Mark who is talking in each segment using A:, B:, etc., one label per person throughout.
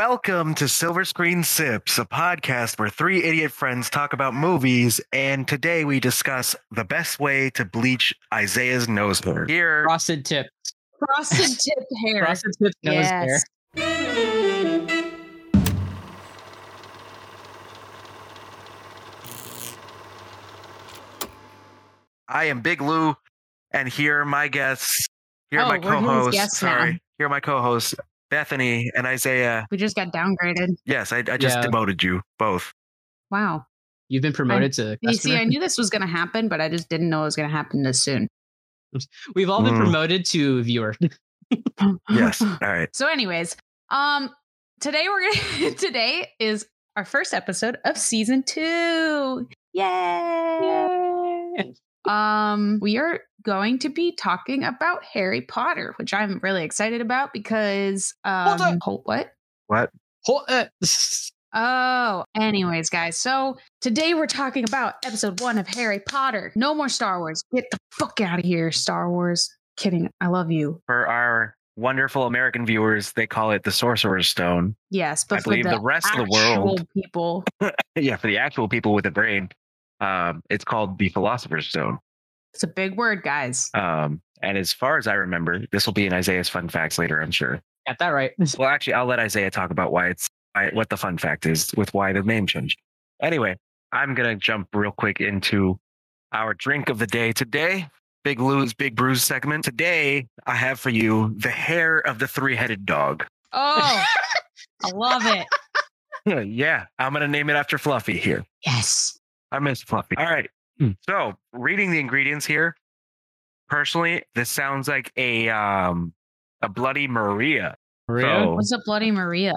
A: Welcome to Silver Screen Sips, a podcast where three idiot friends talk about movies. And today we discuss the best way to bleach Isaiah's nose hair. Here,
B: Frosted tip.
C: Frosted tip hair.
B: Frosted tip nose hair.
A: I am Big Lou, and here are my guests. Here are
C: Oh,
A: my
C: we're
A: co
C: doing
A: hosts.
C: guests now.
A: Sorry. Here are my co hosts, Bethany and Isaiah.
C: We just got downgraded.
A: Yes, I, I just
B: Yeah.
A: demoted you both.
C: Wow.
B: You've been promoted to
C: You see, I
B: customer.
C: knew this was going to happen, but I just didn't know it was going to happen this soon.
B: We've all been
A: Mm.
B: promoted to viewer.
A: Yes. All right.
C: so, anyways, um, today we're gonna, today is our first episode of season two. Yay! Um, we are going to be talking about Harry Potter, which I'm really excited about because um,
B: Hold up.
C: Hold what?
B: Ho- uh,
C: Oh, anyways, guys. So today we're talking about episode one of Harry Potter. No more Star Wars. Get the fuck out of here, Star Wars. Kidding. I love you.
A: For our wonderful American viewers, they call it the Sorcerer's Stone.
C: Yes,
A: I
C: but for
A: believe the rest of the
C: actual
A: world-
C: people.
A: yeah, for the actual people with a brain, um, it's called the Philosopher's Stone.
C: It's a big word, guys.
A: Um, and as far as I remember, this will be in Isaiah's fun facts later, I'm sure.
B: got that right.
A: Well, actually, I'll let Isaiah talk about why it's why, what the fun fact is with why the name changed. Anyway, I'm gonna jump real quick into our drink of the day today. Big Lou's Big Brews segment. Today, I have for you the hair of the three-headed dog.
C: Oh, I love it.
A: yeah, I'm gonna name it after Fluffy here.
C: Yes.
A: I miss Fluffy. All right. So reading the ingredients here, personally, this sounds like a um a bloody Maria.
B: Maria?
A: So,
C: What's a Bloody Maria?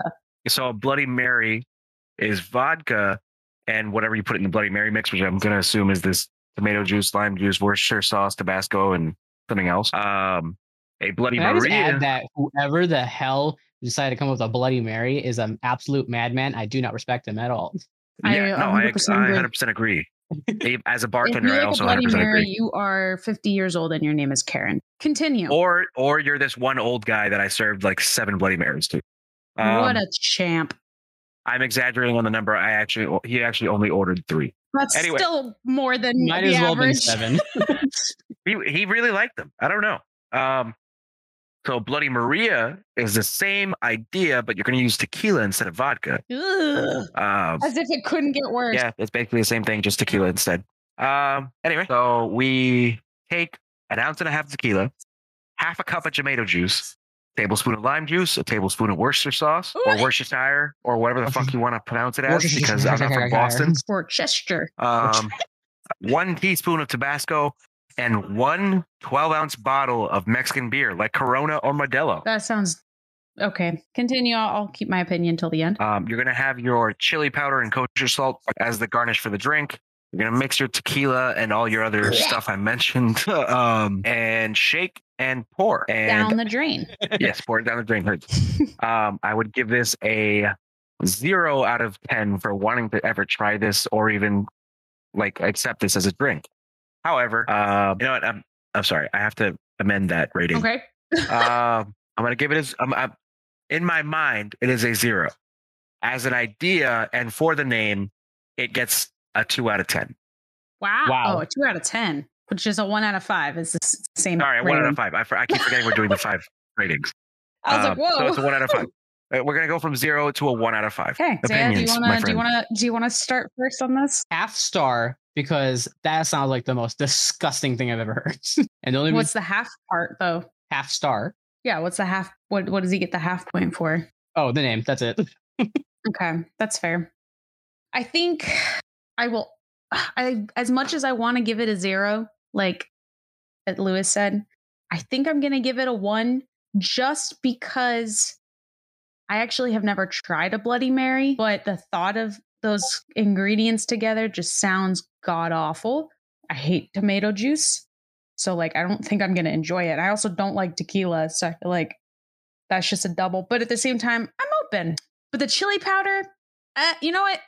A: so a bloody Mary is vodka and whatever you put in the bloody Mary mix, which I'm gonna assume is this tomato juice, lime juice, Worcestershire sauce, Tabasco, and something else. Um a bloody
B: Can I just
A: Maria.
B: add that whoever the hell decided to come up with a Bloody Mary is an absolute madman. I do not respect him at all.
C: I
A: yeah, no, I,
C: 100%
A: I
C: agree.
A: 100% agree. As a
C: If you
A: bartender, I
C: make a
A: also
C: Bloody
A: 100%
C: Mary,
A: agree.
C: you are 50 years old and your name is Karen. Continue.
A: Or or you're this one old guy that I served like seven bloody Marys to. Um,
C: what a champ.
A: I'm exaggerating on the number. I actually he actually only ordered three.
C: That's
A: anyway.
C: still more than
B: Might
C: the
B: as well have been
C: average.
B: seven.
A: He he really liked them. I don't know. Um, so Bloody Maria is the same idea, but you're going to use tequila instead of vodka.
C: Ugh.
A: Um,
C: As if it couldn't get worse.
A: yeah, it's basically the same thing, just tequila instead. Um, anyway, so we take an ounce and a half of tequila, half a cup of tomato juice, tablespoon of lime juice, a tablespoon of Worcester sauce or
C: Ooh.
A: Worcestershire or whatever the fuck you want to pronounce it as,
B: Worcestershire.
A: because I'm not from Boston.
C: for Chester.
A: um, one teaspoon of Tabasco, and one 12 ounce bottle of Mexican beer like Corona or Modelo.
C: That sounds okay. Continue. I'll, I'll keep my opinion till the end.
A: Um, you're going to have your chili powder and kosher salt as the garnish for the drink. You're going to mix your tequila and all your other stuff I mentioned um, and shake and pour.
C: Down
A: And
C: the drain.
A: yes, pour it down the drain. Hurts. Um, I would give this a zero out of 10 for wanting to ever try this or even like accept this as a drink. However, uh, you know what? I'm, I'm sorry. I have to amend that rating.
C: okay.
A: Um, I'm going to give it as, I'm, I'm- in my mind, it is a zero. As an idea and for the name, it gets a two out of 10.
C: Wow.
B: Wow.
C: Oh, a two out of 10, which is a one out of five. Is the s- same.
A: All right, one out
C: rating.
A: of five. I, for- I keep forgetting we're doing the five ratings.
C: I was
A: Um,
C: like,
A: So
C: whoa.
A: it's a one out of five. Uh, We're going to go from zero to a one out of five.
C: okay. Zaya, do you
A: Opinions, my
C: want to, do
A: friend.
C: you want to, do you want to start first on this?
B: Half star because that sounds like the most disgusting thing I've ever heard. and the only
C: What's the half part though?
B: half star.
C: Yeah. What's the half? What, what does he get the half point for?
B: Oh, the name. That's it.
C: Okay, that's fair. I think I will. I as much as I want to give it a zero, like that Lewis said, I think I'm going to give it a one just because I actually have never tried a Bloody Mary, but the thought of those ingredients together just sounds god awful. I hate tomato juice, so like I don't think I'm going to enjoy it. I also don't like tequila, so I feel like that's just a double. But at the same time, I'm open. But the chili powder, uh, you know what?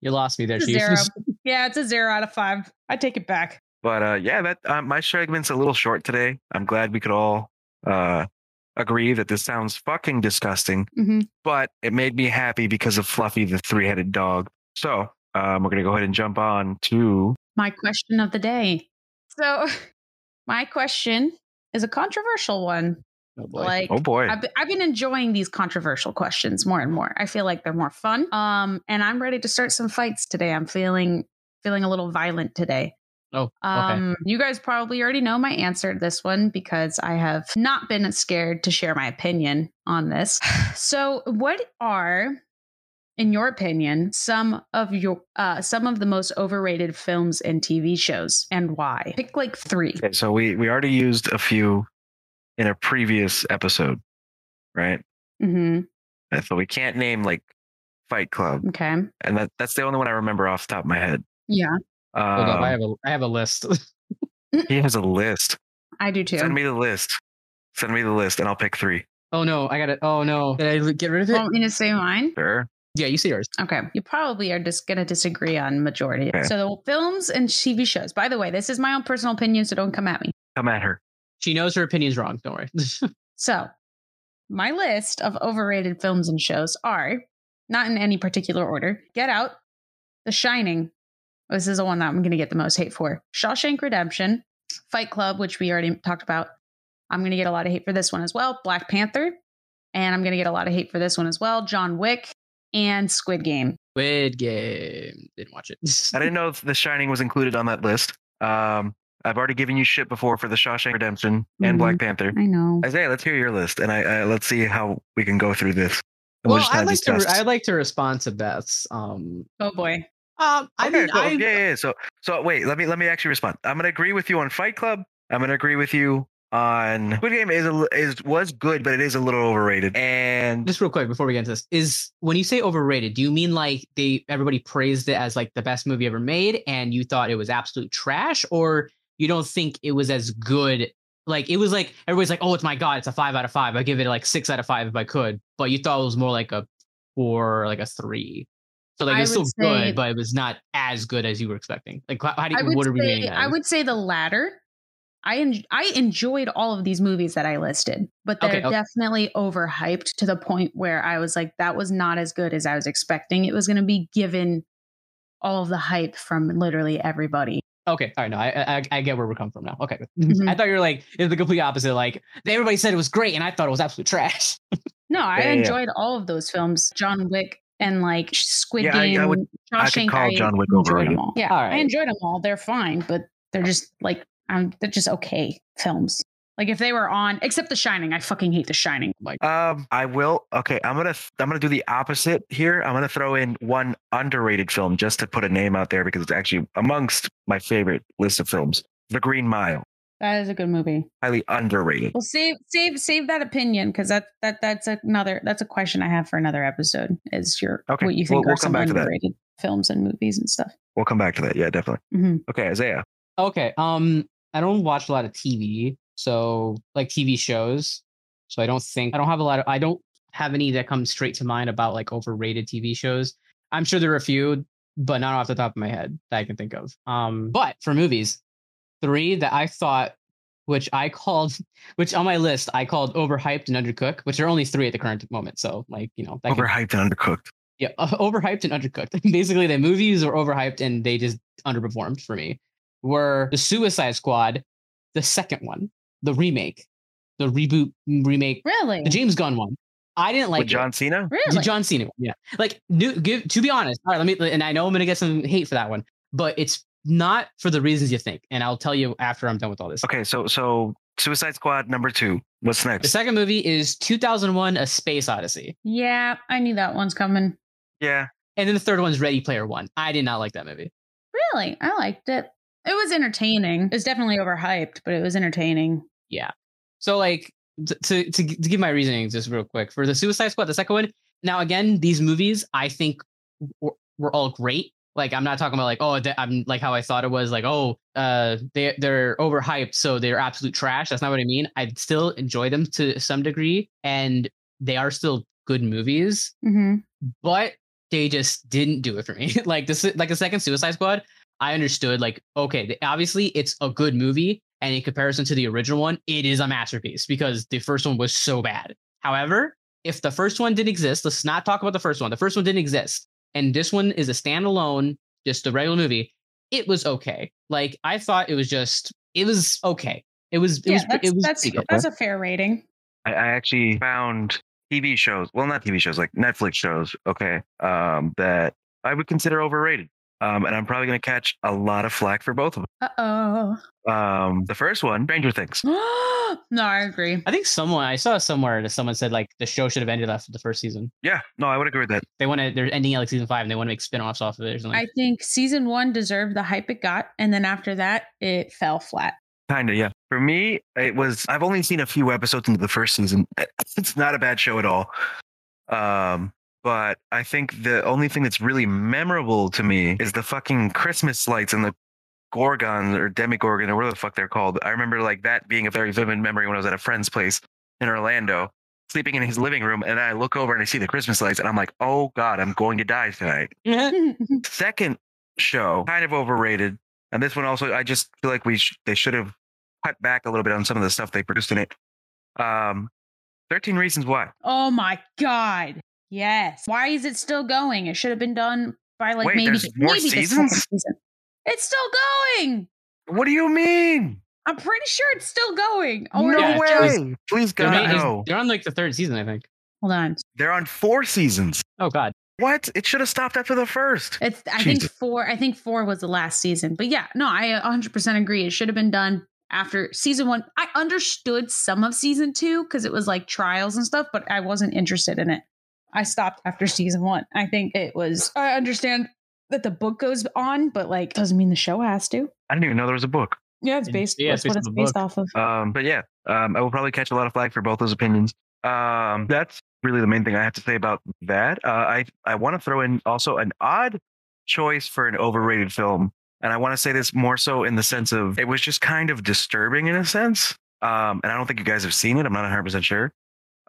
B: You lost me there,
C: It's a
B: Chief.
C: zero. Yeah, it's a zero out of five. I take it back.
A: But uh, yeah, that uh, my segment's a little short today. I'm glad we could all uh, agree that this sounds fucking disgusting,
C: Mm-hmm.
A: but it made me happy because of Fluffy the three headed dog. So um, we're going to go ahead and jump on to
C: My question of the day. So, my question is a controversial one. Like,
A: oh boy.
C: I've, been- I've been enjoying these controversial questions more and more. I feel like they're more fun. Um, and I'm ready to start some fights today. I'm feeling feeling a little violent today.
B: Oh, okay.
C: Um, you guys probably already know my answer to this one because I have not been scared to share my opinion on this. So, what are, in your opinion, some of your uh, some of the most overrated films and TV shows, and why? Pick like three.
A: Okay, so we we already used a few in a previous episode, right?
C: hmm
A: And So we can't name like Fight Club,
C: Okay.
A: and that that's the only one I remember off the top of my head.
C: Yeah,
B: Hold up, I
A: Um,
B: have a I have a list.
A: he has a list.
C: I do too.
A: Send me the list. Send me the list, and I'll pick three.
B: oh no, I got it. Oh no, did I l- get rid of it?
C: Want me to say mine?
A: Sure.
B: yeah, you see yours.
C: Okay. You probably are just going to disagree on majority.
A: Okay.
C: So the films and TV shows. By the way, this is my own personal opinion, so don't come at me.
A: Come at her.
B: She knows her opinion's wrong. Don't worry.
C: So my list of overrated films and shows are not in any particular order. Get Out, The Shining. Oh, This is the one that I'm going to get the most hate for. Shawshank Redemption, Fight Club, which we already talked about. I'm going to get a lot of hate for this one as well. Black Panther, and I'm going to get a lot of hate for this one as well. John Wick and Squid Game.
B: Squid Game. Didn't watch it.
A: I didn't know if The Shining was included on that list. Um, I've already given you shit before for The Shawshank Redemption and
C: Mhm.
A: Black Panther.
C: I know.
A: Isaiah, let's hear your list, and I uh, let's see how we can go through this. And
B: well,
A: just
B: I'd
A: kinda
B: like to re-
A: discuss-
B: I'd like to respond to Beth's. Um,
C: Oh boy.
B: um I
A: Okay,
B: mean,
A: cool.
B: I,
A: yeah, yeah, yeah. So, so wait, let me let me actually respond. I'm gonna agree with you on Fight Club. I'm gonna agree with you on Squid Game is a, li- is was good, but it is a little overrated. And
B: just real quick before we get into this is when you say overrated do you mean like they everybody praised it as like the best movie ever made and you thought it was absolute trash or you don't think it was as good like it was like everybody's like oh it's my god it's a five out of five i give it like six out of five if i could but you thought it was more like a four like a three so like
C: I
B: it was still
C: would say-
B: good but it was not as good as you were expecting like how, how do
C: I
B: you
C: would
B: what are we
C: say
B: meaning
C: I would say the latter. I en- I enjoyed all of these movies that I listed, but they're
B: Okay, okay.
C: definitely overhyped to the point where I was like, that was not as good as I was expecting. It was going to be given all of the hype from literally everybody.
B: Okay, all right, no, I, I I get where we're coming from now. Okay,
C: Mhm.
B: I thought you were like it's the complete opposite. Like everybody said it was great, and I thought it was absolute trash.
C: No, I
A: Yeah, yeah, yeah.
C: enjoyed all of those films, John Wick and like Squid
A: Yeah, I- I
C: Game.
A: would- I could
C: Shawshank,
A: call John Wick
C: enjoyed them
A: overrated.
C: all. Yeah,
B: All
C: I
B: right.
C: enjoyed them all. They're fine, but they're just like um, they're just okay films. Like if they were on, except The Shining, I fucking hate The Shining. Like.
A: um, I will. Okay, I'm gonna I'm gonna do the opposite here. I'm gonna throw in one underrated film just to put a name out there because it's actually amongst my favorite list of films. The Green Mile,
C: That is a good movie.
A: highly underrated.
B: Oh.
C: Well, save save save that opinion because that that that's another that's a question I have for another episode. Is your
A: Okay,
C: what you think
A: we'll- we'll come
C: are some
A: back to that.
C: underrated films and movies and stuff?
A: We'll come back to that. Yeah, definitely.
C: Mhm.
A: Okay, Isaiah.
B: Okay, um, I don't watch a lot of TV, so like TV shows, so I don't think I don't have a lot of I don't have any that come straight to mind about like overrated TV shows. I'm sure there are a few, but not off the top of my head that I can think of. Um, but for movies, three that I thought, which I called, which on my list I called overhyped and undercooked, which are only three at the current moment. So like you know that can
A: Overhyped and undercooked.
B: yeah, uh, overhyped and undercooked. Basically, the movies were overhyped and they just underperformed for me. Were the Suicide Squad, the second one, the remake, the reboot mm, remake,
C: Really,
B: the James Gunn one. I didn't like
A: With John Cena.
B: it. The
C: really.
B: John Cena one. Yeah, like new, give, to be honest. All right, let me. And I know I'm gonna get some hate for that one, but it's not for the reasons you think. And I'll tell you after I'm done with all this.
A: Okay, so so Suicide Squad number two. What's
B: The
A: next?
B: second movie is 2001: A Space Odyssey,
C: yeah, I knew that one's coming.
A: Yeah,
B: and then the third one's Ready Player One. I did not like that movie.
C: Really, I liked it. It was entertaining. It was definitely overhyped, but it was entertaining.
B: So like t- to to to give my reasoning just real quick for the Suicide Squad, the second one. Now again, these movies I think were, were all great. Like I'm not talking about like oh th- I'm like how I thought it was like oh uh they they're overhyped so they're absolute trash. That's not what I mean. I still enjoy them to some degree and they are still good movies,
C: hmm
B: but they just didn't do it for me. like this like the second Suicide Squad, I understood like okay, th- obviously it's a good movie And in comparison to the original one, it is a masterpiece because the first one was so bad. However, if the first one didn't exist, let's not talk about the first one. The first one didn't exist. And this one is a standalone, just a regular movie. It was okay. Like I thought it was just it was okay. It was it
C: yeah,
B: was
C: that's
B: it was
C: that's,
B: pretty good.
C: that's a fair rating.
A: I, I actually found TV shows, well, not TV shows, like Netflix shows, okay, um, that I would consider overrated. Um, and I'm probably going to catch a lot of flack for both of
C: Uh
A: them. Um, the first one, Stranger Things.
C: oh. no, I agree.
B: I think someone I saw somewhere that someone said like the show should have ended after the first season.
A: Yeah, no, I would agree with that.
B: They want to they're ending at like season five and they want to make spin-offs off of it or something.
C: I think season one deserved the hype it got, and then after that, it fell flat.
A: Kind of, yeah. For me, it was, I've only seen a few episodes into the first season. It's not a bad show at all. Um, but I think the only thing that's really memorable to me is the fucking Christmas lights and the Gorgon or Demigorgon or whatever the fuck they're called. I remember like that being a very vivid memory when I was at a friend's place in Orlando, sleeping in his living room, and I look over and I see the Christmas lights, and I'm like, oh god, I'm going to die tonight second show kind of overrated and this one also i just feel like we sh- they should have cut back a little bit on some of the stuff they produced in it um 13 reasons why
C: oh my god! Yes. Why is it still going? It should have been done by like
A: Wait,
C: maybe
A: there's more
C: maybe the
A: seasons?
C: second season. It's still going.
A: what do you mean
C: I'm pretty sure it's still going.
A: no
B: yeah,
C: it's
A: way
C: Oh, just-
A: please
B: they're,
A: god
B: ma- is-
A: no
B: they're on like the third season, I think.
C: Hold on.
A: they're on four seasons
B: Oh god.
A: what it should have stopped after the first
C: It's I think
A: Jesus.
C: four. I think four was the last season. But yeah, no, I 100 percent agree. It should have been done after season one. I understood some of season two because it was like trials and stuff, but I wasn't interested in it. I stopped after season one. I think it was. I understand that the book goes on, but like doesn't mean the show has to.
A: i didn't even know there was a book
C: Yeah, it's
B: And-
C: based.
B: yeah, it's
C: that's what
B: based
C: it's
B: on the
C: based
B: book.
C: off of.
A: Um, but yeah, um, I will probably catch a lot of flack for both those opinions. Um, that's really the main thing I have to say about that. Uh, I I want to throw in also an odd choice for an overrated film, and I want to say this more so in the sense of it was just kind of disturbing in a sense. Um, and I don't think you guys have seen it. I'm not 100 percent sure.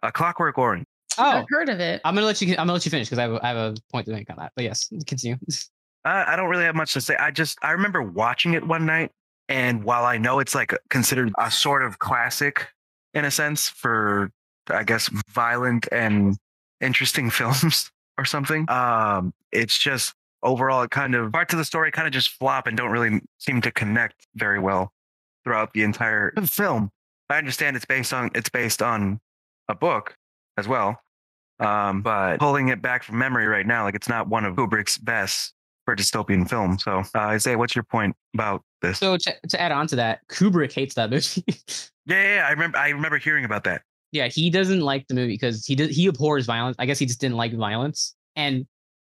A: A Clockwork Orange.
B: Oh,
C: I've heard of it.
B: I'm gonna let you. I'm gonna let you finish because I, have a- I have a point to make on that. But yes, continue.
A: Uh, I don't really have much to say. I just I remember watching it one night, and while I know it's like considered a sort of classic in a sense for I guess violent and interesting films or something, um, it's just overall it kind of parts of the story kind of just flop and don't really seem to connect very well throughout the entire film. I understand it's based on it's based on a book as well. Um, but pulling it back from memory right now, like it's not one of Kubrick's best for a dystopian film. So, uh, Isaiah, what's your point about this?
B: So to, to add on to that, Kubrick hates that movie.
A: yeah, yeah, yeah, I remember. I remember hearing about that.
B: yeah, he doesn't like the movie because he does, he abhors violence. I guess he just didn't like violence, and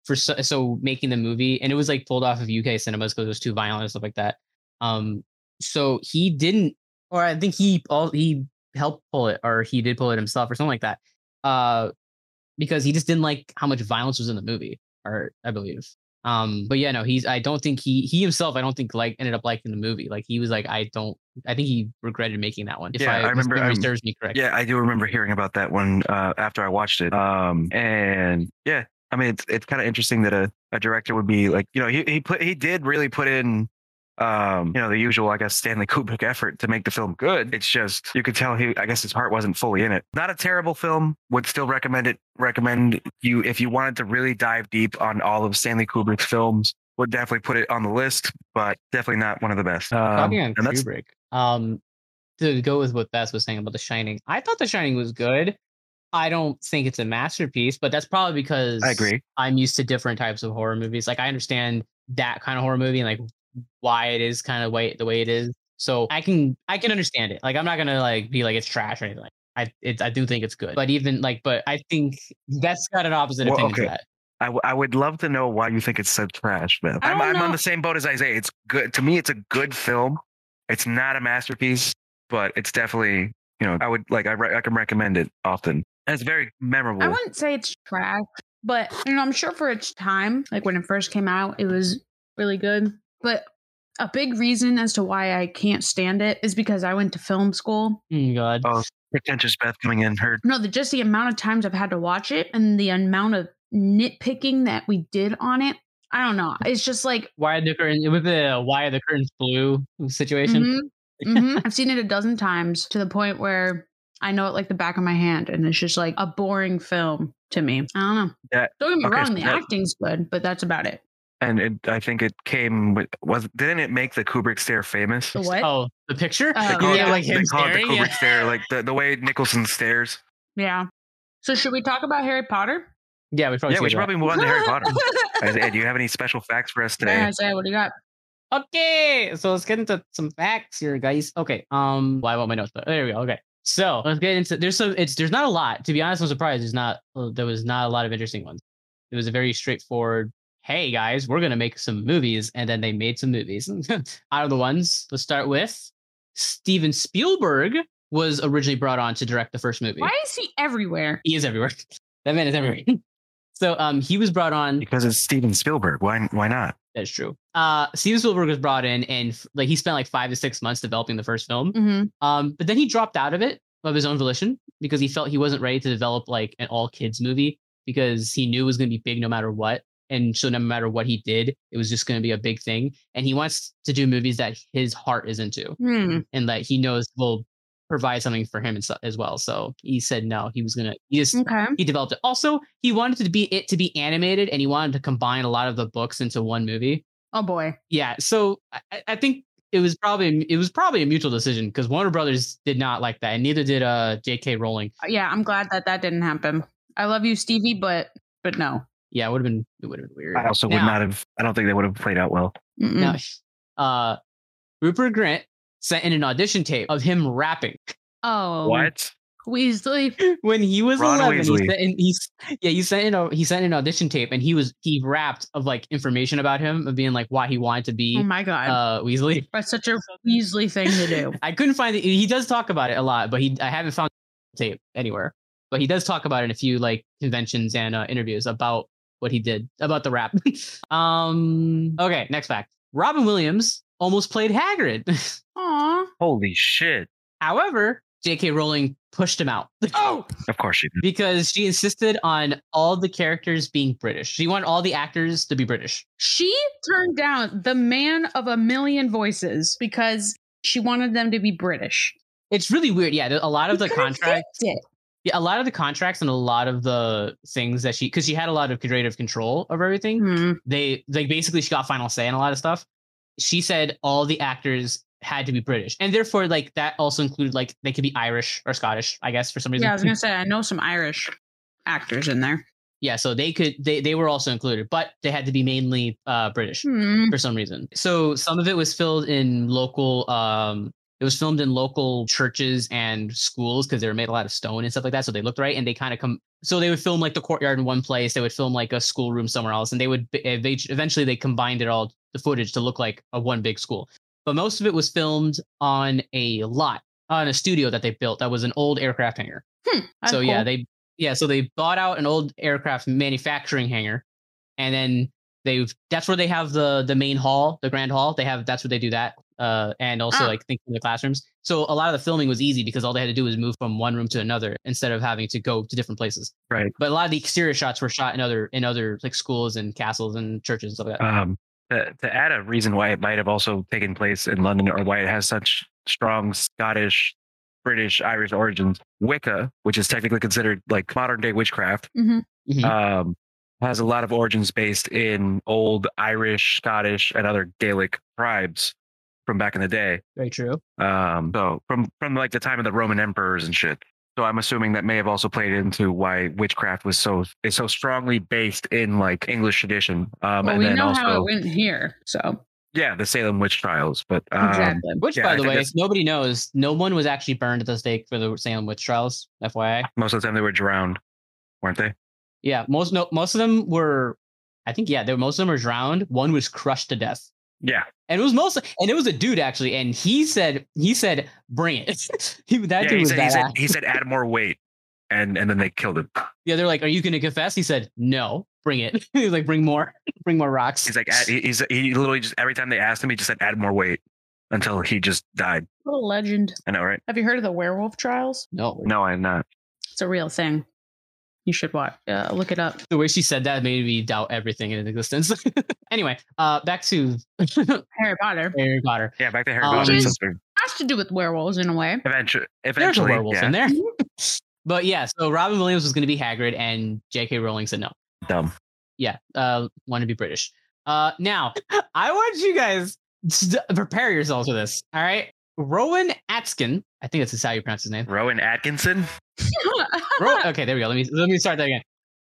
B: for so, so making the movie, and it was like pulled off of UK cinemas because it was too violent and stuff like that. Um, so he didn't, or I think he all he helped pull it, or he did pull it himself, or something like that. Uh, because he just didn't like how much violence was in the movie, or I believe. Um, but yeah, no, he's. I don't think he he himself. I don't think like ended up liking the movie. Like he was like, I don't. I think he regretted making that one. If
A: Yeah,
B: I,
A: I
B: if
A: remember,
B: memory
A: um,
B: serves me correct.
A: Yeah, I do remember hearing about that one uh, after I watched it. Um, and yeah, I mean, it's it's kind of interesting that a, a director would be like, you know, he he put he did really put in. Um, you know the usual, I guess, Stanley Kubrick effort to make the film good. It's just you could tell he, I guess, his heart wasn't fully in it. Not a terrible film. Would still recommend it. Recommend you if you wanted to really dive deep on all of Stanley Kubrick's films. Would definitely put it on the list, but definitely not one of the best. Um,
B: Talking on
A: and that's-
B: Kubrick, um, to go with what Beth was saying about The Shining, I thought The Shining was good. I don't think it's a masterpiece, but that's probably because
A: I agree.
B: I'm used to different types of horror movies. Like I understand that kind of horror movie and like why it is kind of way the way it is. So I can I can understand it. Like I'm not gonna like be like it's trash or anything. I it, I do think it's good, but even like but I think that's got an opposite
A: Well,
B: opinion to
A: okay.
B: that.
A: I, w- I would love to know why you think it's so trash, man.
C: I
A: I'm,
C: don't
A: I'm on
C: know.
A: the same boat as Isaiah. It's good to me. It's a good film. It's not a masterpiece, but it's definitely you know I would like I, re- I can recommend it often. And it's very memorable.
C: I
B: Oh.
C: wouldn't say it's trash, but you know, I'm sure for its time, like when it first came out, it was really good. But a big reason as to why I can't stand it is because I went to film school.
B: Mm, God.
A: Oh. Pretentious Beth coming in her
C: No, the just the amount of times I've had to watch it and the amount of nitpicking that we did on it. I don't know. It's just like
A: Mm-hmm.
B: Why the curtain with the why the curtains blue situation?
C: mhm. hmm I've seen it a dozen times to the point where I know it like the back of my hand, and it's just like a boring film to me. I don't know.
A: That-
C: don't get me
A: okay,
C: wrong,
A: so
C: the
A: that-
C: acting's good, but that's about it.
A: and it, I think it came with was didn't it make the Kubrick stare famous?
C: The what?
B: Oh, the picture?
C: Oh,
A: They
C: call
A: call,
B: yeah,
A: it,
B: like
A: they
B: him
A: call it the
B: staring.
A: Kubrick
B: yeah.
A: stare, like the, the way Nicholson stares.
C: Yeah. So should we talk about Harry Potter?
B: Yeah, we probably.
A: yeah, we
B: should
A: should probably
B: do
A: move on to Harry Potter. Ed, do you have any special facts for us today?
C: Yeah, Isaiah, what do you got?
B: that. Okay, so let's get into some facts here, guys. Okay, um, well, I want my notes, but there we go. Okay, so let's get into. There's some. It's there's not a lot. To be honest, I'm surprised. There's not. uh, There was not a lot of interesting ones. It was a very straightforward. Hey guys, we're gonna make some movies, and then they made some movies. Out of the ones, let's start with Steven Spielberg was originally brought on to direct the first movie.
C: Why is he everywhere?
B: He is everywhere. That man is everywhere. so um, he was brought on.
A: Because it's Steven Spielberg. Why why not?
B: That's true. Uh, Steven Spielberg was brought in, and f- like he spent like five to six months developing the first film.
C: Mm-hmm.
B: Um, but then he dropped out of it of his own volition because he felt he wasn't ready to develop like an all kids movie because he knew it was going to be big no matter what, and so no matter what he did, it was just going to be a big thing. And he wants to do movies that his heart is into
C: Hmm.
B: and that he knows will provide something for him and so- as well. So he said no. He was gonna. He just
C: Okay.
B: he developed it. Also, he wanted to be it to be animated, and he wanted to combine a lot of the books into one movie.
C: Oh boy.
B: Yeah, so I, I- I think it was probably it was probably a mutual decision because Warner Brothers did not like that, and neither did uh J.K. Rowling.
C: Yeah, I'm glad that that didn't happen. I love you, Stevie, but but no.
B: Yeah, it would have been it would have been weird.
A: I also would
B: Now-
A: not have I don't think they would have played out well.
C: Mm-mm.
B: now, uh, Rupert Grant sent in an audition tape of him rapping
C: Oh,
A: What?
C: Weasley.
B: when he was
A: Ron
B: eleven. He
A: Weasley.
B: sent in, he, s- yeah, he sent in a he sent in an audition tape, and he was he rapped of like information about him of being like why he wanted to be
C: Oh my god,
B: uh Weasley.
C: that's such a Weasley thing to do.
B: I couldn't find it. He does talk about it a lot, but he I haven't found the tape anywhere. But he does talk about it in a few like conventions and uh, interviews about what he did about the rap. um. Okay, next fact. Robin Williams almost played Hagrid.
C: Aw.
A: Holy shit.
B: However, J.K. Rowling pushed him out.
C: Oh,
A: Of course she did.
B: Because she insisted on all the characters being British. She wanted all the actors to be British.
C: she turned down the man of a million voices because she wanted them to be British.
B: It's really weird. Yeah, there- a lot of
C: You
B: the
C: could've
B: contract
C: fixed it.
B: Yeah, a lot of the contracts and a lot of the things that she because she had a lot of creative control of everything.
C: Hmm.
B: They like basically she got final say in a lot of stuff. She said all the actors had to be British, and therefore like that also included like they could be Irish or Scottish, I guess for some reason.
C: Yeah, I was gonna say I know some Irish actors in there.
B: Yeah, so they could they they were also included, but they had to be mainly uh, British
C: Hmm.
B: for some reason. So some of it was filled in local. um It was filmed in local churches and schools because they were made a lot of stone and stuff like that. So they looked right, and they kind of come. So they would film like the courtyard in one place. They would film like a schoolroom somewhere else, and they would be- ev- eventually they combined it all the footage to look like a one big school. But most of it was filmed on a lot on a studio that they built that was an old aircraft hangar
C: That's
B: so yeah,
C: cool.
B: they yeah, so they bought out an old aircraft manufacturing hangar, and then they that's where they have the the main hall, the grand hall. They have that's where they do that, uh, and also
C: Ah.
B: like think in the classrooms. So a lot of the filming was easy because all they had to do was move from one room to another instead of having to go to different places.
A: Right.
B: But a lot of the exterior shots were shot in other in other like schools and castles and churches and stuff like that.
A: Um to, to add a reason why it might have also taken place in London or why it has such strong Scottish, British, Irish origins, Wicca, which is technically considered like modern day witchcraft,
C: Mhm.
B: Mhm.
A: um, has a lot of origins based in old Irish, Scottish, and other Gaelic tribes from back in the day.
B: Very true.
A: Um, so from from like the time of the Roman emperors and shit. So I'm assuming that may have also played into why witchcraft was so is so strongly based in like English tradition. Um,
C: well,
A: and
C: we
A: then
C: know
A: also
C: how it went here, so
A: yeah, the Salem witch trials. But um,
C: exactly.
B: Which,
A: yeah,
B: by
A: I
B: the
A: think
B: way,
A: that's-
B: nobody knows. No one was actually burned at the stake for the Salem witch trials. FYI.
A: most of the time they were drowned, weren't they?
B: Yeah, most no, most of them were. I think yeah, there most of them were drowned. One was crushed to death,
A: Yeah,
B: and it was mostly and it was a dude actually, and he said he said bring it. he, that
A: yeah.
B: dude
A: He
B: was
A: said, he said
B: badass.
A: he said add more weight, and and then they killed him.
B: Yeah, they're like, are you going to confess? He said no, bring it. he was like, bring more, bring more rocks.
A: He's like, add, he- he's he literally just every time they asked him, he just said, add more weight until he just died.
C: What a legend.
A: I know, right?
C: Have you heard of the werewolf trials?
B: no.
A: No, I'm not.
C: It's a real thing. You should watch. Uh, look it up.
B: The way she said that made me doubt everything in existence. anyway, uh, back to
C: Harry Potter.
B: Harry Potter.
A: Yeah, back to Harry
B: Um,
A: Potter.
C: Which
A: so
C: is-
A: sorry.
C: I has to do with werewolves in a way.
A: Eventually,
B: There's a
A: eventually,
B: werewolf
A: yeah,
B: in there. but yeah, so Robin Williams was going to be Hagrid, and J.K. Rowling said no.
A: dumb.
B: Yeah, uh, want to be British. Uh, now I want you guys to prepare yourselves for this. All right, Rowan Atkin. I think that's how you pronounce his name.
A: Rowan Atkinson,
B: Ro- okay, there we go. Let me let me start that again.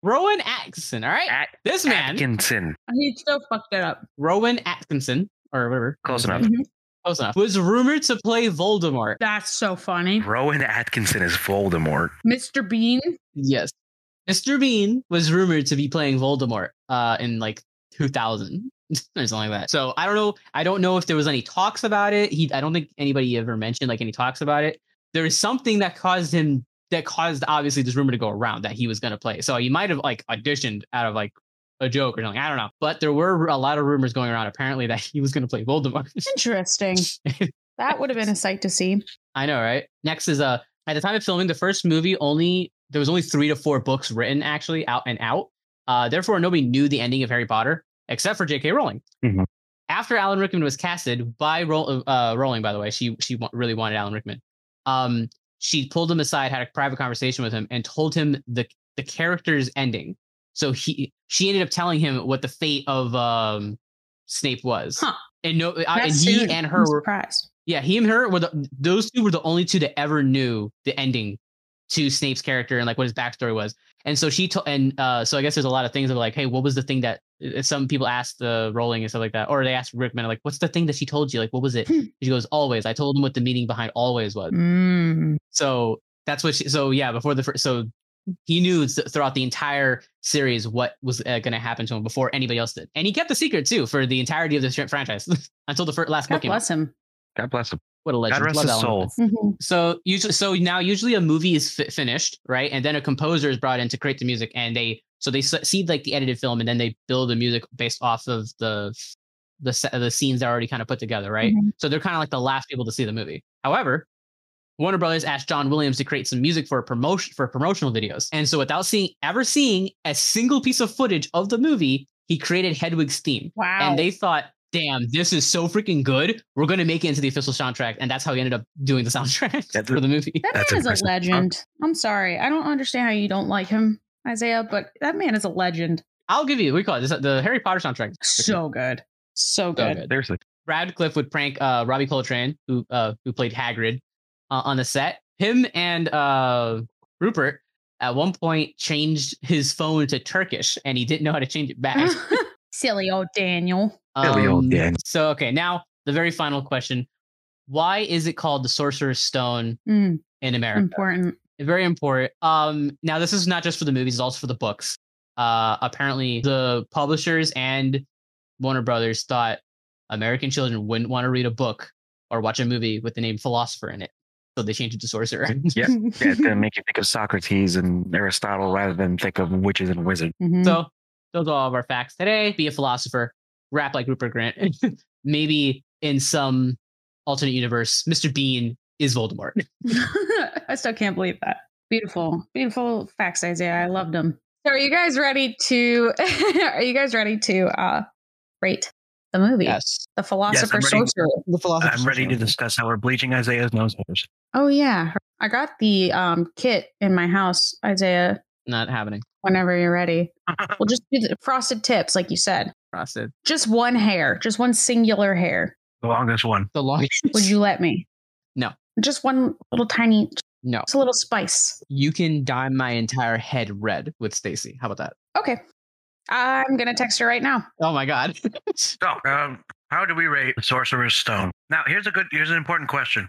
B: Rowan Atkinson. All right,
A: At-
B: this man,
A: Atkinson,
C: he still fucked it up.
B: Rowan Atkinson, or whatever, Mm-hmm.
A: close enough.
C: Mhm.
B: close enough, was rumored to play Voldemort.
C: That's so funny.
A: Rowan Atkinson is Voldemort.
C: Mr. Bean.
B: Yes, Mr. Bean was rumored to be playing Voldemort uh, in like 2000 or something like that. So I don't know. I don't know if there was any talks about it. He, I don't think anybody ever mentioned like any talks about it. There is something that caused him that caused obviously this rumor to go around that he was going to play. So he might have like auditioned out of like a joke or something. I don't know. But there were a lot of rumors going around apparently that he was going to play Voldemort.
C: Interesting. That would have been a sight to see.
B: I know, right? Next is uh at the time of filming the first movie, only there was only three to four books written actually out and out. Uh, therefore, nobody knew the ending of Harry Potter except for J.K. Rowling.
A: Mhm.
B: After Alan Rickman was casted by Row- uh, Rowling, by the way, she she wa- really wanted Alan Rickman. Um, she pulled him aside, had a private conversation with him, and told him the the character's ending. So he she ended up telling him what the fate of um, Snape was,
C: Huh.
B: and no, uh, and
C: That's
B: he
C: soon.
B: and
C: I'm
B: her were
C: surprised.
B: yeah, he and her were the those two were the only two that ever knew the ending to Snape's character and like what his backstory was. And so she told, and uh, so I guess there's a lot of things of like, hey, what was the thing that uh, some people asked the Rowling and stuff like that, or they asked Rickman like, what's the thing that she told you? Like, what was it?
C: Hmm.
B: And She goes, always. I told him what the meaning behind always was.
C: Mm.
B: So that's what. She, so yeah, before the first, so he knew th- throughout the entire series what was uh, going to happen to him before anybody else did, and he kept the secret too for the entirety of the sh- franchise until the first last
C: God
B: book came out.
C: bless him.
A: God bless him.
B: What a legend!
A: God rest
B: Love
A: his
B: Alan Rickman
A: soul.
C: Mhm.
B: so usually so now usually a movie is fi- finished right and then a composer is brought in to create the music and they so they s- see like the edited film and then they build the music based off of the the se- the scenes that are already kind of put together right
C: Mhm.
B: so they're kind of like the last people to see the movie however warner brothers asked john williams to create some music for a promotion for promotional videos and so without seeing ever seeing a single piece of footage of the movie he created hedwig's theme
C: Wow.
B: and they thought, damn, this is so freaking good. We're going to make it into the official soundtrack. And that's how he ended up doing the soundtrack
A: That's-
B: for the movie.
C: that
A: That's
C: man is
A: impressive.
C: a legend. I'm sorry. I don't understand how you don't like him, Isaiah, but that man is a legend.
B: I'll give you, we call it this, the Harry Potter soundtrack.
C: So good. So
B: So
C: good.
B: good.
A: Seriously,
B: Radcliffe would prank uh, Robbie Coltrane, who, uh, who played Hagrid uh, on the set. Him and uh, Rupert at one point changed his phone to Turkish and he didn't know how to change it back.
C: Silly old Daniel.
A: Silly old
B: Um,
A: Dan.
B: So, okay, now the very final question. Why is it called the Sorcerer's Stone
C: Mm,
B: in America?
C: important.
B: very important um now this is not just for the movies it's also for the books uh apparently the publishers and warner brothers thought american children wouldn't want to read a book or watch a movie with the name philosopher in it so they changed it to sorcerer
A: Yeah. yeah, it's gonna make you think of Socrates and Aristotle rather than think of witches and wizards.
C: Mhm.
B: so those are all of our facts today be a philosopher rap like rupert grant maybe in some alternate universe mr bean is voldemort
C: I still can't believe that. Beautiful, beautiful facts, Isaiah. I loved them. So, are you guys ready to? are you guys ready to uh rate the movie,
B: yes
C: The Philosopher
A: Yes, I'm ready.
C: Sorcerer?
B: the philosopher
A: I'm ready to discuss how we're bleaching Isaiah's nose hairs.
C: Oh yeah, I got the um kit in my house, Isaiah.
B: not happening
C: Whenever you're ready, we'll just do the frosted tips, like you said.
B: frosted
C: Just one hair, just one singular hair.
A: The longest one.
B: the longest
C: Would you let me?
B: No.
C: Just one little tiny,
B: no
C: just a little spice.
B: You can dye my entire head red with Stacy. How about that?
C: Okay. I'm going to text her right now.
B: Oh my god.
A: So, um, how do we rate Sorcerer's Stone? Now, here's a good, here's an important question.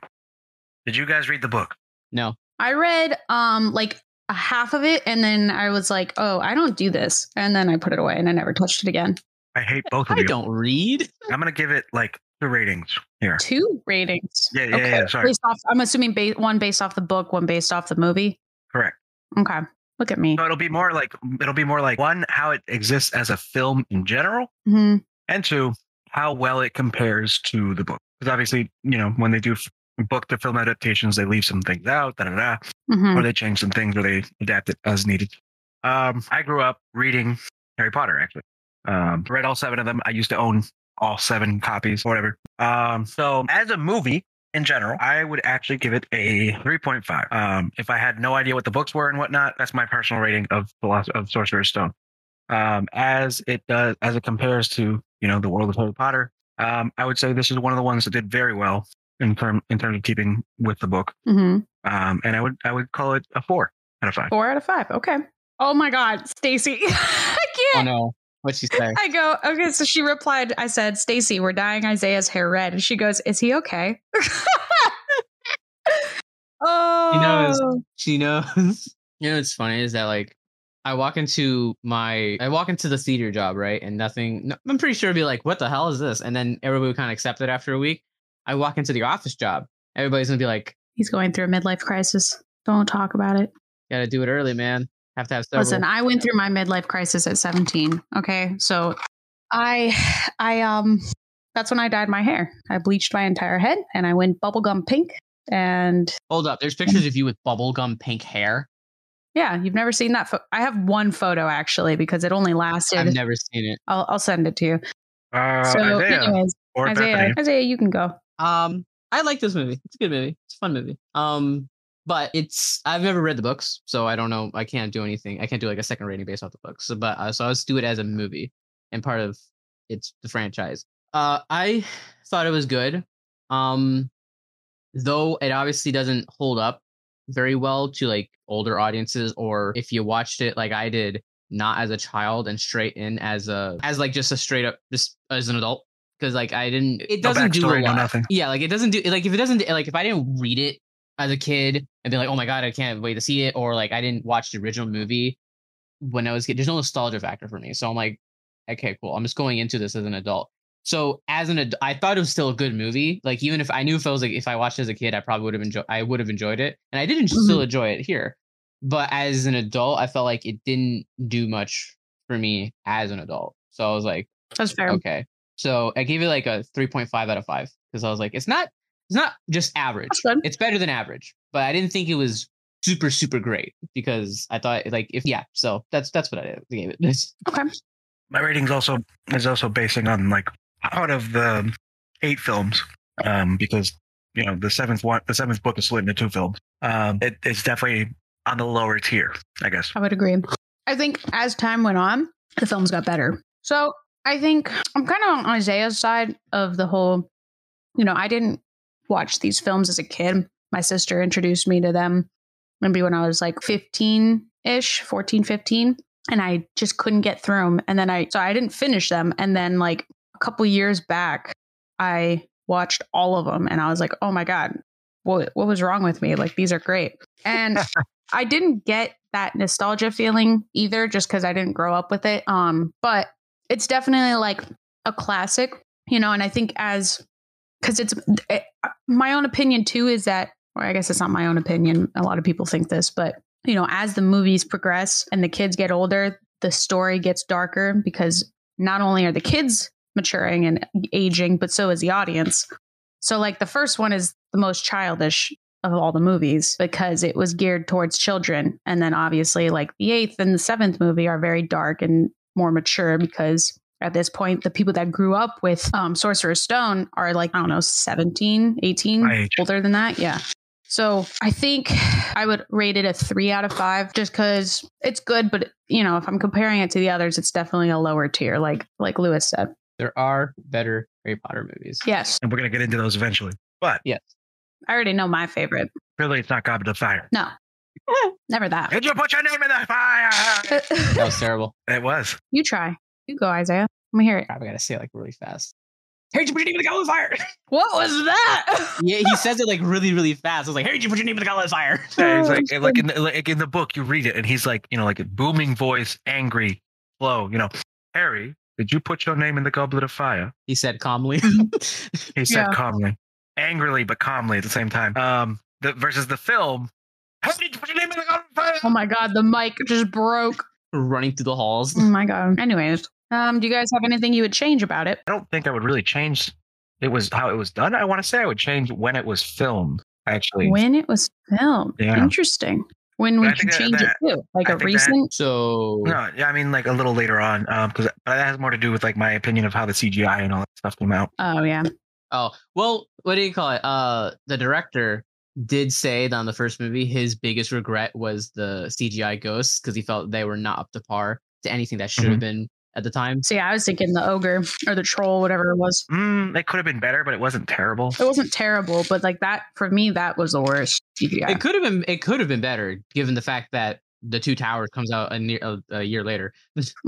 A: Did you guys read the book?
B: no.
C: I read um like a half of it and then I was like, "Oh, I don't do this." And then I put it away and I never touched it again.
A: I hate both of
B: I
A: you.
B: don't read.
A: I'm gonna give it like two ratings here.
C: Two ratings.
A: Yeah, yeah, yeah, sorry.
C: Based off I'm assuming ba- one based off the book, one based off the movie.
A: Correct. Uh,
C: Okay. Look at me.
A: So it'll be more like it'll be more like one how it exists as a film in general,
C: hmm
A: and two how well it compares to the book. Because obviously, you know, when they do f- book to film adaptations, they leave some things out, da da da,
C: hmm
A: or they change some things, or they adapt it as needed. Um, I grew up reading Harry Potter. Actually, um, read all seven of them. I used to own all seven copies, whatever. Um, so as a movie, in general, I would actually give it a 3.5. Um, if I had no idea what the books were and whatnot, that's my personal rating of Philos- of Sorcerer's Stone. Um, as it does, as it compares to you know the world of Harry Potter, um, I would say this is one of the ones that did very well in term in terms of keeping with the book.
C: Mm-hmm.
A: Um, and I would I would call it a four out of five.
C: Four out of five. Okay. Oh my God, Stacy. I
B: Oh
C: can't.
B: no, what'd she say?
C: I go, okay. So she replied, I said, Stacy, we're dyeing Isaiah's hair red. And she goes, Is he okay? oh.
B: knows. she knows. You know what's funny is that like I walk into my I walk into the theater job right and nothing. No, I'm pretty sure it'd be like what the hell is this? And then everybody would kind of accept it after a week. I walk into the office job. Everybody's gonna be like,
C: He's going through a midlife crisis. Don't talk about it.
B: gotta do it early, man. Have to have several.
C: Listen, I went through my midlife crisis at 17. Okay. So I, I, um, that's when I dyed my hair. I bleached my entire head and I went bubblegum pink. And
B: Hold up, there's pictures of you with bubblegum pink hair.
C: yeah, you've never seen that. Fo- I have one photo actually because it only lasted.
B: I've never seen it.
C: I'll, I'll send it to you.
A: Uh,
C: so,
A: Isaiah
C: anyways,
A: or
C: Isaiah,
A: Bethany.
C: Isaiah, you can go.
B: Um, I like this movie. It's a good movie. It's a fun movie. Um, but it's I've never read the books, so I don't know. I can't do anything. I can't do like a second rating based off the books. So, but uh, so I was do it as a movie and part of it's the franchise. Uh, I thought it was good. Um, though it obviously doesn't hold up very well to like older audiences or if you watched it like I did not as a child and straight in as a as like just a straight up just as an adult because like I didn't it
A: No
B: doesn't do a
A: backstory, no
B: lot.
A: nothing.
B: Yeah, like it doesn't do like if it doesn't like if I didn't read it as a kid and be like, oh my god, I can't wait to see it, or like I didn't watch the original movie when I was a kid. There's no nostalgia factor for me, so I'm like, okay, cool. I'm just going into this as an adult. So as an ad- I thought it was still a good movie. Like even if I knew if I was like if I watched it as a kid, I probably would have enjoyed. I would have enjoyed it, and I did en- still enjoy it here. But as an adult, I felt like it didn't do much for me as an adult. So I was like,
C: That's fair.
B: okay. So I gave it like a three point five out of five because I was like, it's not, it's not just average.
C: That's good.
B: It's better than average, but I didn't think it was super super great because I thought like if yeah. So that's that's what I gave it.
C: Okay.
A: my rating's also is also basing on like out of the eight films um because you know the seventh one the seventh book is split into two films um it, it's definitely on the lower tier i guess
C: I would agree. I think as time went on, the films got better. So I think I'm kind of on Isaiah's side of the whole, you know, I didn't watch these films as a kid. My sister introduced me to them maybe when I was like 15 ish, 14, 15. And I just couldn't get through them. And then I, so I didn't finish them. And then like a couple years back, I watched all of them and I was like, oh my God, what, what was wrong with me? Like, these are great. And I didn't get that nostalgia feeling either, just because I didn't grow up with it. Um, but it's definitely like a classic, you know. And I think as because it's it, my own opinion too is that, or I guess it's not my own opinion. A lot of people think this, but you know, as the movies progress and the kids get older, the story gets darker because not only are the kids maturing and aging, but so is the audience. So, like, the first one is the most childish of all the movies because it was geared towards children. And then obviously, like the eighth and the seventh movie are very dark and more mature because at this point, the people that grew up with um, Sorcerer's Stone are like, I don't know, 17, 18,
A: My age.
C: older than that. Yeah. So I think I would rate it a three out of five just because it's good. But, you know, if I'm comparing it to the others, it's definitely a lower tier, like like Lewis said.
B: there are better Harry Potter movies.
C: Yes.
A: and we're going to get into those eventually but
B: Yes.
C: I already know my favorite.
A: really it's not goblet of fire
C: No, never that.
A: did you put your name in the fire
B: That was terrible.
A: it was
C: you try. You go, Isaiah. Let me hear it.
B: Crap, I gotta say it like really fast. Harry, you put your name in the goblet of fire.
C: What was that?
B: yeah, he says it like really really fast. I was like, Harry, you put your name in the goblet of fire.
A: yeah,
C: Oh,
A: it's like like in, the, like in the book you read it and he's like you know like a booming voice angry slow you know harry did you put your name in the goblet of fire
B: He said calmly.
A: He said
C: Yeah.
A: calmly, angrily but calmly at the same time. Um, the versus the film. How did you put your name in the goblet of fire?
C: oh my god, the mic just broke.
B: Running through the halls.
C: Oh my god. Anyways, um, do you guys have anything you would change about it?
A: I don't think I would really change. It was how it was done. I want to say I would change when it was filmed. Actually,
C: When it was filmed.
A: Yeah.
C: Interesting. When we
A: I
C: can
A: think that-
C: change
A: that-
C: it too. Like
A: I
C: a
A: think that-
C: recent
B: So
A: no, yeah, I mean like a um, little later on, because that has more to do with like my opinion of how the CGI and all that stuff came out.
C: Oh yeah.
B: Oh well, what do you call it? Uh, the director did say that on the first movie, his biggest regret was the CGI ghosts because he felt they were not up to par to anything that should have been at the time.
C: So yeah, I was thinking the ogre or the troll, whatever it was.
A: Mm, it could have been better, but it wasn't terrible.
C: It wasn't terrible, but like that for me, that was the worst. Yeah.
B: It could have been. It could have been better, given the fact that the Two Towers comes out a, near, a, a year later.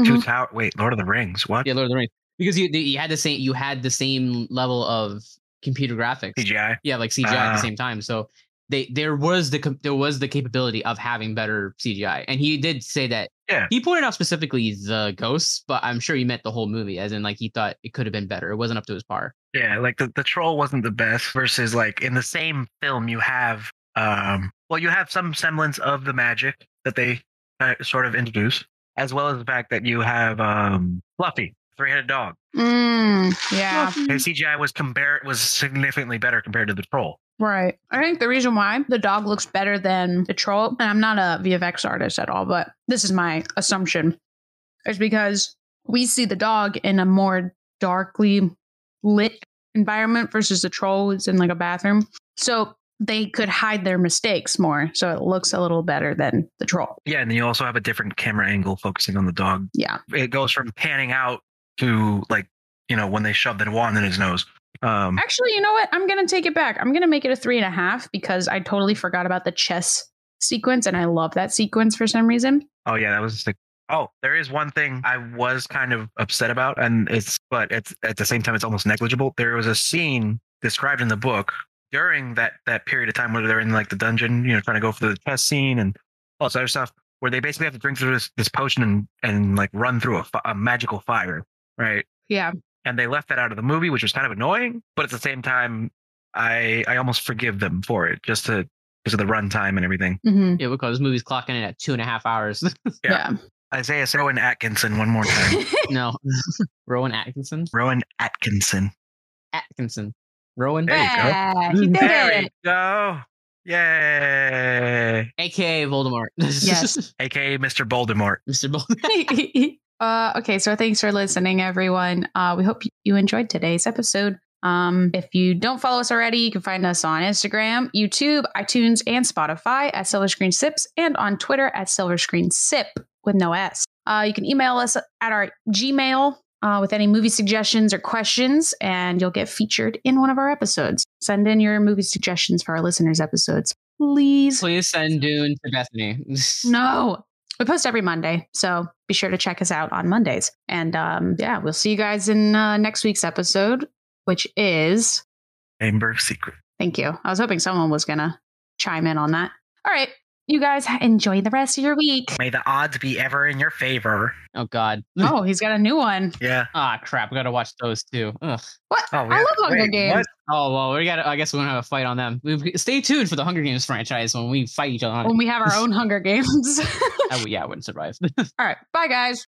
A: Two Tower. Wait, Lord of the Rings. What?
B: yeah, Lord of the Rings, because you you had the same you had the same level of computer graphics.
A: CGI.
B: Yeah, like CGI at
A: Ah.
B: the same time. So they there was the com- there was the capability of having better CGI, and he did say that.
A: Yeah.
B: he pointed out specifically the ghosts, but I'm sure he meant the whole movie, as in like he thought it could have been better. It wasn't up to his par.
A: Yeah, like the, the troll wasn't the best versus like in the same film you have um well you have some semblance of the magic that they uh, sort of introduce as well as the fact that you have um Fluffy, three-headed dog.
C: Mm, yeah.
A: His CGI was compare was significantly better compared to the troll.
C: Right. I think the reason why the dog looks better than the troll, and I'm not a VFX artist at all, but this is my assumption, is because we see the dog in a more darkly lit environment versus the troll is in like a bathroom. So they could hide their mistakes more. So it looks a little better than the troll.
A: Yeah, and then you also have a different camera angle focusing on the dog.
C: Yeah.
A: It goes from panning out to like, you know, when they shove the wand in his nose. Um
C: Actually, you know what? I'm going to take it back. I'm going to make it a three and a half because I totally forgot about the chess sequence and I love that sequence for some reason.
A: Oh yeah, that was the. Oh, there is one thing I was kind of upset about, and it's but it's at the same time it's almost negligible. There was a scene described in the book during that that period of time where they're in like the dungeon, you know, trying to go for the chess scene and all this other stuff, where they basically have to drink through this this potion and and like run through a, fi- a magical fire, right?
C: Yeah.
A: And they left that out of the movie, which was kind of annoying, but at the same time, I I almost forgive them for it just to because of the runtime and everything.
C: Mm-hmm.
B: Yeah, because this movie's clocking in at two and a half hours.
A: Yeah. Isaiah, throw in Atkinson one more time.
C: yeah.
B: no, Rowan Atkinson,
A: Rowan Atkinson.
B: Atkinson, Rowan,
A: There you go.
C: Yeah, he did
A: There
C: it.
A: you go. Yay.
B: aka Voldemort.
C: Yes.
A: AKA Mr. Voldemort.
B: Mr. Voldemort.
C: uh, okay, so thanks for listening, everyone. Uh, we hope you enjoyed today's episode. Um, if you don't follow us already, you can find us on Instagram, YouTube, iTunes, and Spotify at Silver Screen Sips, and on Twitter at Silver Screen Sip with no S. Uh, you can email us at our Gmail uh, with any movie suggestions or questions, and you'll get featured in one of our episodes. Send in your movie suggestions for our listeners' episodes, please.
B: Please send Dune to Bethany.
C: No. We post every Monday, so be sure to check us out on Mondays. And um, yeah, we'll see you guys in uh, next week's episode, which is
A: Chamber of Secret.
C: thank you. I was hoping someone was gonna chime in on that. All right, you guys ha- enjoy the rest of your week.
A: May the odds be ever in your favor.
B: Oh God.
C: Oh, he's got a new one.
A: Yeah.
B: Ah, crap. We gotta watch those too. Ugh.
C: What?
A: Oh,
C: I love Hunger Games.
B: Oh well, we gotta. I guess we're gonna have a fight on them. We, stay tuned for the Hunger Games franchise when we fight each other. On it.
C: When we have our own Hunger Games.
B: I, would- yeah, I wouldn't survive.
C: All right, bye guys.